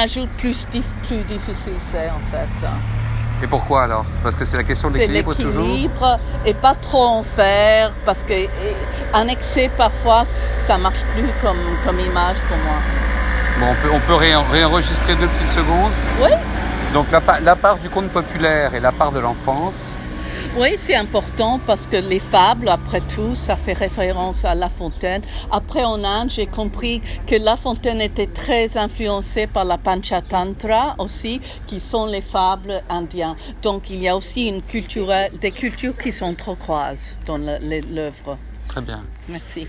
Un jour plus, dif- plus difficile c'est en fait. hein. Et pourquoi alors C'est parce que c'est la question de C'est l'équilibre toujours l'équilibre et pas trop en faire parce que et, un excès parfois ça marche plus comme, comme image pour moi. Bon, on peut, on peut ré- réenregistrer deux petites secondes. Oui, Donc la, pa- la part du conte populaire et la part de l'enfance. Oui, c'est important parce que les fables, après tout, ça fait référence à La Fontaine. Après, en Inde, j'ai compris que La Fontaine était très influencée par la Panchatantra aussi, qui sont les fables indiens. Donc, il y a aussi une culture, des cultures qui sont croises dans le- le- l'œuvre. Assim. Très bien. Merci.